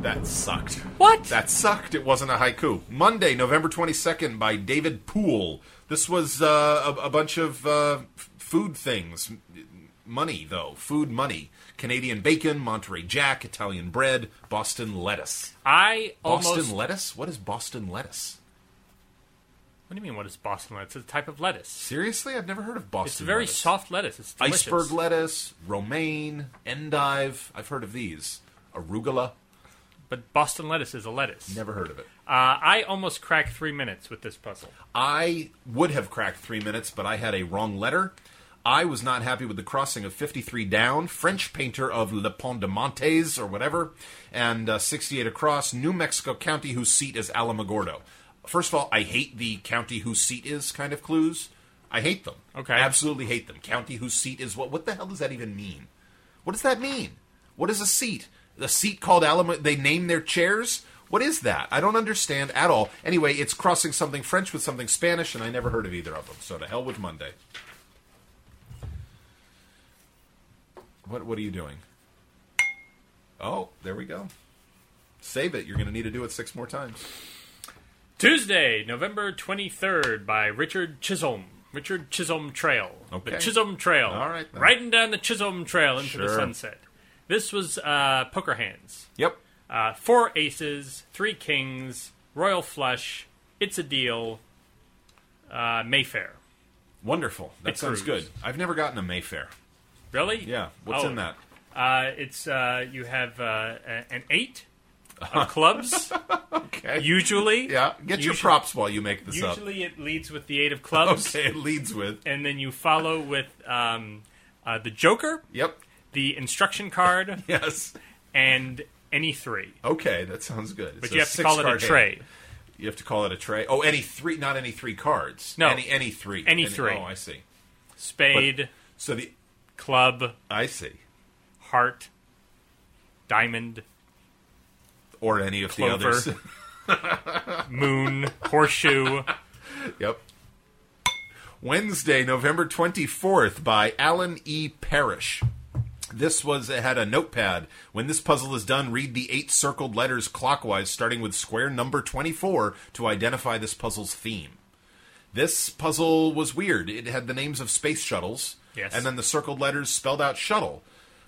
B: That sucked.
A: What?
B: That sucked. It wasn't a haiku. Monday, November 22nd, by David Poole. This was uh, a, a bunch of uh, f- food things. M- Money, though. Food money. Canadian bacon, Monterey Jack, Italian bread, Boston lettuce.
A: I
B: Boston
A: almost.
B: lettuce? What is Boston lettuce?
A: What do you mean? What is Boston lettuce? It's a type of lettuce.
B: Seriously? I've never heard of Boston
A: It's very
B: lettuce.
A: soft lettuce. It's delicious.
B: Iceberg lettuce, romaine, endive. I've heard of these. Arugula.
A: but Boston lettuce is a lettuce.
B: Never heard of it.
A: Uh, I almost cracked three minutes with this puzzle.
B: I would have cracked three minutes, but I had a wrong letter. I was not happy with the crossing of 53 down, French painter of Le Pont de Montes or whatever, and uh, 68 across, New Mexico County, whose seat is Alamogordo. First of all, I hate the county whose seat is kind of clues. I hate them.
A: Okay.
B: Absolutely hate them. County whose seat is what? What the hell does that even mean? What does that mean? What is a seat? The seat called Alamo. They name their chairs. What is that? I don't understand at all. Anyway, it's crossing something French with something Spanish, and I never heard of either of them. So to hell with Monday. What What are you doing? Oh, there we go. Save it. You're going to need to do it six more times.
A: Tuesday, November 23rd, by Richard Chisholm. Richard Chisholm Trail.
B: Okay.
A: The Chisholm Trail.
B: All right, then.
A: Riding down the Chisholm Trail into the
B: Sure.
A: sunset. This was uh, Poker Hands.
B: Yep.
A: Uh, four aces, three kings, royal flush, it's a deal, uh, Mayfair.
B: Wonderful. That
A: It
B: sounds
A: proves.
B: good. I've never gotten a Mayfair.
A: Really?
B: Yeah. What's
A: Oh.
B: in that?
A: Uh, it's uh, you have uh, a- an eight of clubs.
B: Okay.
A: usually,
B: yeah. Get your
A: usu-
B: props while you make this up.
A: Usually, it leads with the eight of clubs,
B: Okay. It leads with.
A: and then you follow with um, uh, the joker,
B: Yep.
A: the instruction card,
B: Yes.
A: and any three.
B: Okay, that sounds good.
A: But you have to call it a tray.
B: You have to call it a tray. Oh, any three, not any three cards.
A: No.
B: any any three,
A: Any three.
B: Oh, I see.
A: Spade,
B: So the
A: club,
B: I see.
A: heart, diamond,
B: or any of the
A: Clover.
B: others.
A: moon, horseshoe.
B: yep. Wednesday, November 24th, by Alan E. Parrish. This was it had a notepad. When this puzzle is done, read the eight circled letters clockwise, starting with square number 24, to identify this puzzle's theme. This puzzle was weird. It had the names of space shuttles,
A: Yes.
B: and then the circled letters spelled out shuttle.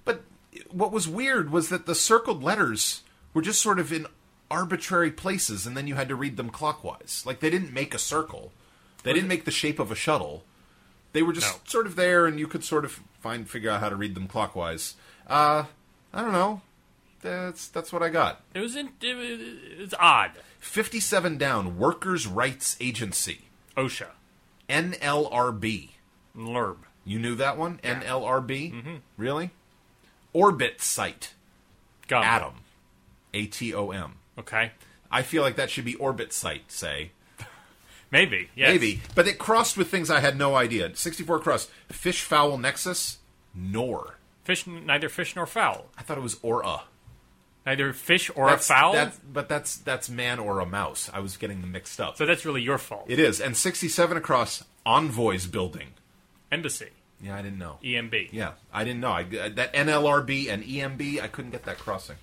B: But what was weird was that the circled letters were just sort of in arbitrary places, and then you had to read them clockwise. Like they didn't make a circle, they didn't make the shape of a shuttle. They were just
A: No.
B: sort of there, and you could sort of find figure out how to read them clockwise. Uh, I don't know. That's that's what I got.
A: It was in, it, was- it was odd.
B: Fifty-seven down. Workers' Rights Agency,
A: OSHA,
B: NLRB.
A: LERB.
B: You knew that one? NLRB? Mm-hmm. Really? Orbit Site.
A: Gum.
B: Atom. A T O M.
A: Okay.
B: I feel like that should be Orbit Site, say.
A: Maybe. Yes.
B: Maybe. But it crossed with things I had no idea. 64 crossed. Fish Fowl Nexus? Nor.
A: Fish, neither fish nor fowl.
B: I thought it was Aura.
A: Neither fish or a fowl.
B: That's, but that's that's man or a mouse. I was getting them mixed up.
A: so that's really your fault.
B: it is. And 67 across Envoy's Building.
A: Embassy, E
B: Yeah, I didn't know.
A: EMB.
B: Yeah, I didn't know. I, uh, that NLRB and EMB, I couldn't get that crossing.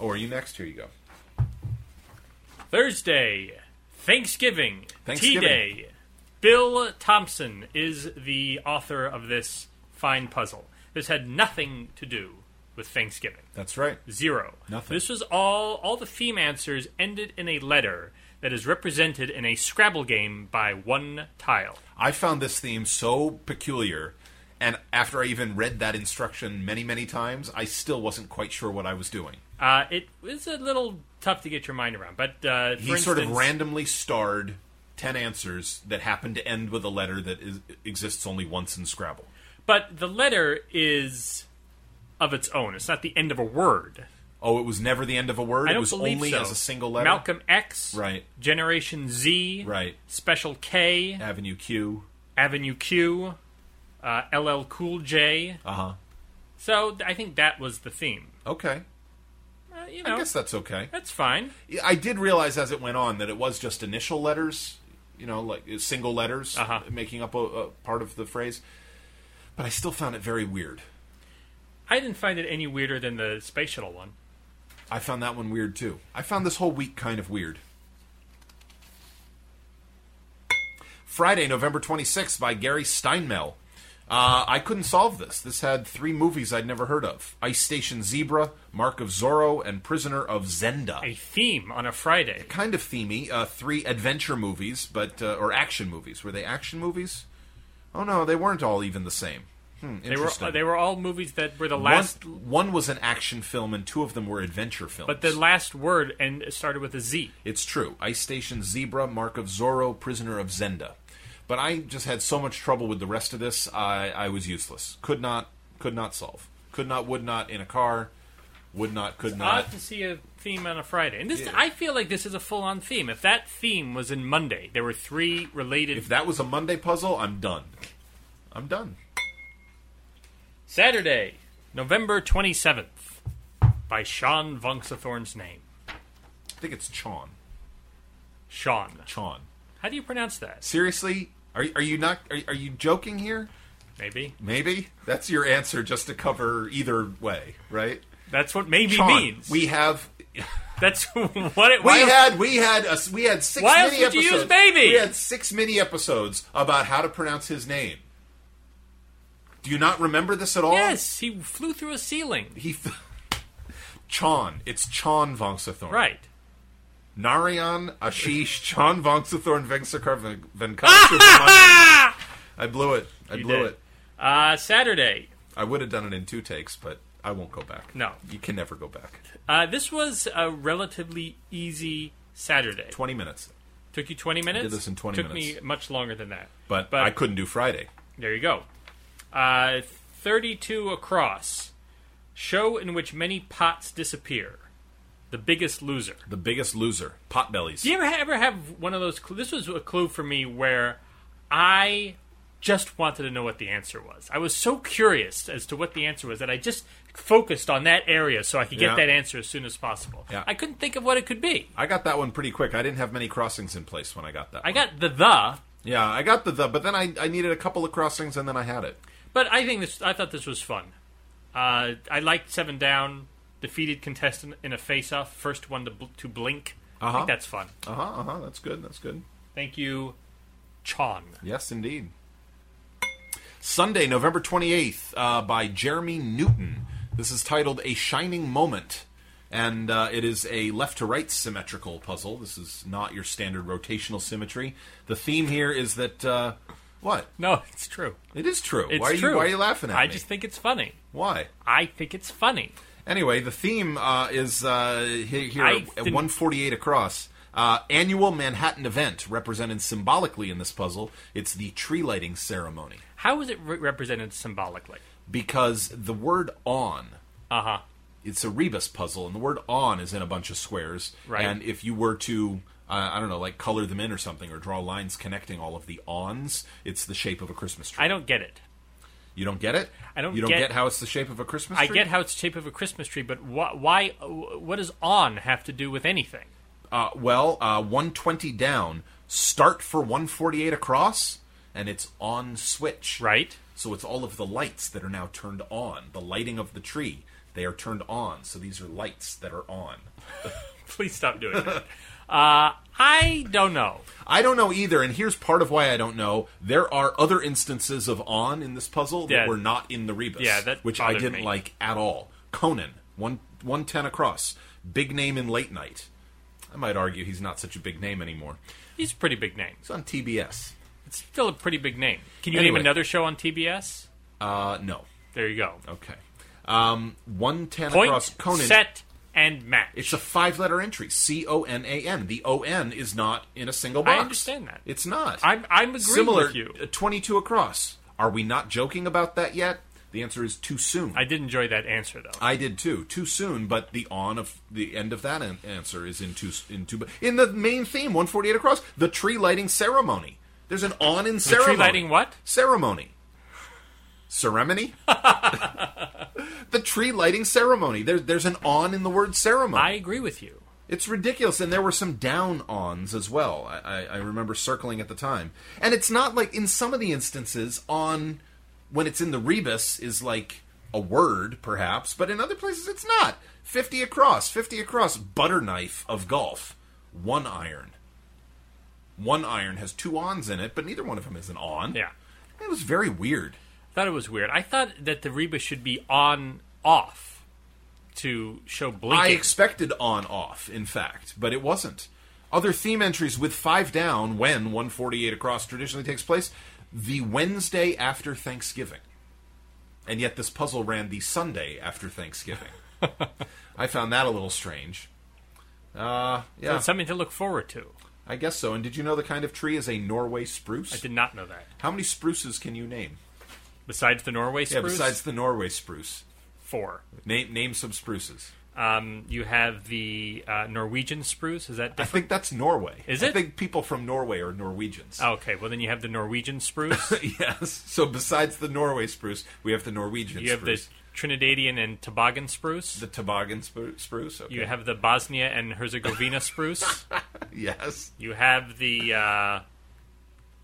B: Oh, are you next? Here you go.
A: Thursday, Thanksgiving,
B: Thanksgiving.
A: T-Day. Bill Thompson is the author of this fine puzzle. This had nothing to do with Thanksgiving.
B: That's right.
A: Zero.
B: Nothing.
A: This was all. All the theme answers ended in a letter that is represented in a Scrabble game by one tile.
B: I found this theme so peculiar, and after I even read that instruction many, many times, I still wasn't quite sure what I was doing.
A: Uh, it was a little tough to get your mind around, but uh, for
B: He sort of
A: instance-
B: randomly starred 10 answers that happen to end with a letter that is, exists only once in Scrabble.
A: But the letter is of its own. It's not the end of a word.
B: Oh, it was never the end of a word?
A: I don't
B: it was
A: believe
B: only
A: so.
B: as a single letter?
A: Malcolm X,
B: Right.
A: Generation Z,
B: Right.
A: Special K,
B: Avenue Q.
A: Avenue Q, uh, LL Cool J.
B: Uh huh.
A: So th- I think that was the theme.
B: Okay.
A: Uh, you
B: I
A: know,
B: guess that's okay.
A: that's fine.
B: Yeah, I did realize as it went on that it was just initial letters, you know, like uh, single letters
A: Uh-huh.
B: making up a, a part of the phrase. But I still found it very weird.
A: I didn't find it any weirder than the space shuttle one.
B: I found that one weird too. I found this whole week kind of weird. Friday, November 26th, by Gary Steinmel. Uh, I couldn't solve this. This had three movies I'd never heard of Ice Station Zebra, Mark of Zorro, and Prisoner of Zenda.
A: A theme on a Friday.
B: kind of themey. Uh, three adventure movies, but uh, or action movies. Were they action movies? Oh no, they weren't all even the same. Hmm,
A: They were
B: interesting.
A: they were all movies that were the last,
B: one, one was an action film, and two of them were adventure films.
A: but the last word and it started with a Z.
B: it's true. Ice Station Zebra, Mark of Zorro, Prisoner of Zenda. But I just had so much trouble with the rest of this. I, I was useless. Could not. Could not solve. Could not. Would not in a car. Would not. Could not.
A: Odd to see a theme on a Friday, and this I feel like this is a full-on theme. If that theme was in Monday, there were three related.
B: If that was a Monday puzzle, I'm done. I'm done.
A: Saturday, November twenty seventh, by Sean Vonxathorn's name.
B: I think it's Chon.
A: Sean,
B: Chon.
A: how do you pronounce that?
B: Seriously? Are, are you not? Are, are you joking here?
A: Maybe
B: Maybe that's your answer, just to cover either way, right?
A: that's what maybe
B: Sean,
A: means.
B: we have we
A: that's what it. why-
B: had we had a, we had six
A: Why else
B: mini
A: would you use
B: episodes.
A: baby?
B: We had six mini episodes about how to pronounce his name. Do you not remember this at all?
A: Yes, he flew through a ceiling.
B: He. F- Chon. It's Chon Vongsathorn.
A: Right.
B: Narayan Ashish Chon Vongsathorn Vengsakar Ven- Venkata I blew it. I blew
A: did.
B: it.
A: Uh, Saturday,
B: I would have done it in two takes, but I won't go back.
A: No.
B: You can never go back.
A: Uh, this was a relatively easy Saturday.
B: 20 minutes.
A: Took you 20 minutes?
B: this in 20
A: Took
B: minutes.
A: me much longer than that.
B: But,
A: But-
B: I couldn't do Friday.
A: There you go. Uh, 32 across. Show in which many pots disappear. The Biggest Loser.
B: The biggest loser, Potbellies.
A: Do you ever, ever have one of those clues? This was a clue for me where I just wanted to know what the answer was. I was so curious as to what the answer was that I just focused on that area so I could get
B: Yeah.
A: that answer as soon as possible.
B: Yeah.
A: I couldn't think of what it could be.
B: I got that one pretty quick. I didn't have many crossings in place when I got that.
A: I
B: one.
A: got the the,
B: yeah, I got the the, but then I, I needed a couple of crossings and then I had it.
A: but I think this. I thought this was fun. Uh, I liked Seven Down, defeated contestant in a face-off, first one to bl- to blink. I
B: Uh-huh.
A: think that's fun.
B: Uh huh. Uh huh. That's good. That's good.
A: Thank you, Chon.
B: Yes, indeed. Sunday, November 28th, uh, by Jeremy Newton. This is titled A Shining Moment, and uh, it is a left to right symmetrical puzzle. This is not your standard rotational symmetry. The theme here is that, uh, what?
A: No, it's true.
B: It is true.
A: It's
B: why, Are
A: true.
B: you, why are you laughing at
A: I
B: me?
A: just think it's funny.
B: Why?
A: I think it's funny.
B: Anyway, the theme uh, is uh, he- here
A: I
B: at
A: didn't-
B: 148 across. Uh, annual Manhattan event represented symbolically in this puzzle. It's the tree lighting ceremony.
A: How is it re- represented symbolically?
B: because the word on
A: Uh huh.
B: it's a rebus puzzle and the word on is in a bunch of squares
A: Right.
B: and if you were to uh, i don't know like color them in or something or draw lines connecting all of the ons it's the shape of a christmas tree
A: I don't get it.
B: you don't get it
A: I don't
B: you don't
A: get-
B: get, how it's the shape of a christmas
A: I
B: tree
A: get how it's the shape of a Christmas tree, but wh- why? What does on have to do with anything?
B: uh, well uh, 120 down start for 148 across and it's on switch
A: Right.
B: so it's all of the lights that are now turned on the lighting of the tree they are turned on so these are lights that are on
A: Please stop doing that. uh, I don't know.
B: I don't know either, and here's part of why I don't know. There are other instances of on in this puzzle
A: Yeah.
B: that were not in the rebus,
A: Yeah, that
B: which I
A: bothered
B: didn't
A: me.
B: like at all. Conan, one one ten across, big name in late night. I might argue he's not such a big name anymore.
A: He's a pretty big name.
B: It's on TBS.
A: It's still a pretty big name. Can you
B: Anyway.
A: name another show on TBS?
B: Uh, no,
A: There you go.
B: okay. Um, one ten
A: Point,
B: across, Conan.
A: set, and match.
B: It's a five letter entry. C O N A N. The O N is not in a single
A: I
B: box.
A: understand that.
B: It's not.
A: I'm I'm agreeing
B: similar
A: with you.
B: uh, 22 across. Are we not joking about that yet? The answer is too soon.
A: I did enjoy that answer though.
B: I did too. Too soon, but the on of the end of that an- answer is in too s- in too in the main theme 148 across, the tree lighting ceremony. There's an on in ceremony.
A: lighting what?
B: Ceremony. Ceremony? the tree lighting ceremony. There's there's an on in the word ceremony.
A: I agree with you.
B: It's ridiculous, and there were some down ons as well. I, I, I remember circling at the time, and it's not like in some of the instances on when it's in the rebus is like a word perhaps, but in other places it's not. Fifty across, fifty across, butter knife of golf, one iron. One iron has two ons in it, but neither one of them is an on.
A: Yeah.
B: it was very weird.
A: Thought it was weird. I thought that the Reba should be on off to show
B: I
A: blinking.
B: expected on off, in fact, but it wasn't. Other theme entries with five down when 148 across traditionally takes place the Wednesday after Thanksgiving. And yet this puzzle ran the Sunday after Thanksgiving. I found that a little strange. Uh, yeah,
A: It's something to look forward to.
B: I guess so. And did you know the kind of tree is a Norway spruce?
A: I did not know that.
B: How many spruces can you name?
A: Besides the Norway
B: Yeah,
A: spruce,
B: besides the Norway spruce.
A: four.
B: Name, name some spruces.
A: Um, you have the uh, Norwegian spruce. Is that
B: I
A: different?
B: think that's Norway.
A: Is
B: I
A: it?
B: think people from Norway are Norwegians.
A: okay, well then you have the Norwegian spruce.
B: Yes. So besides the Norway spruce, we have the Norwegian
A: you have the
B: spruce.
A: Trinidadian and Tobagan spruce.
B: the Toboggan spru- spruce. Okay.
A: you have the Bosnia and Herzegovina spruce.
B: yes.
A: You have the uh,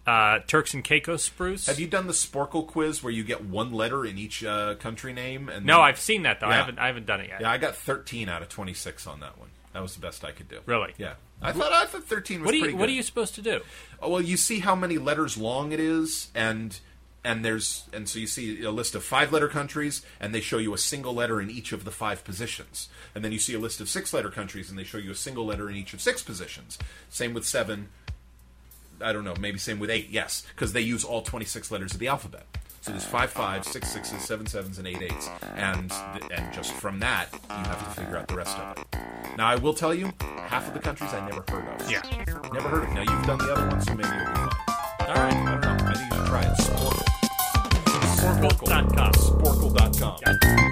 A: uh, Turks and Caicos spruce.
B: Have you done the Sporkle quiz where you get one letter in each uh, country name? And
A: no,
B: then-
A: I've seen that though. I
B: Yeah.
A: haven't. I haven't done it yet.
B: Yeah, I got 13 out of 26 on that one. That was the best I could do.
A: Really?
B: Yeah. I thought I thought 13 was
A: what are
B: pretty
A: you?
B: good.
A: What are you supposed to do?
B: Oh, well, you see how many letters long it is, and and there's and so you see a list of five letter countries, and they show you a single letter in each of the five positions, and then you see a list of six letter countries, and they show you a single letter in each of six positions. Same with seven. I don't know. Maybe same with eight. Yes, because they use all twenty six letters of the alphabet. So there's five fives, six sixes, seven sevens, and eight eights, and th- and just from that you have to figure out the rest of it. Now I will tell you, half of the countries I never heard of.
A: Yeah.
B: Never heard of it. Now you've done the other one, so maybe it'll be fun.
A: All right.
B: I don't know. I think you should try it. Sporkle.
A: Sporkle.com.
B: Sporkle.com.
A: Got it.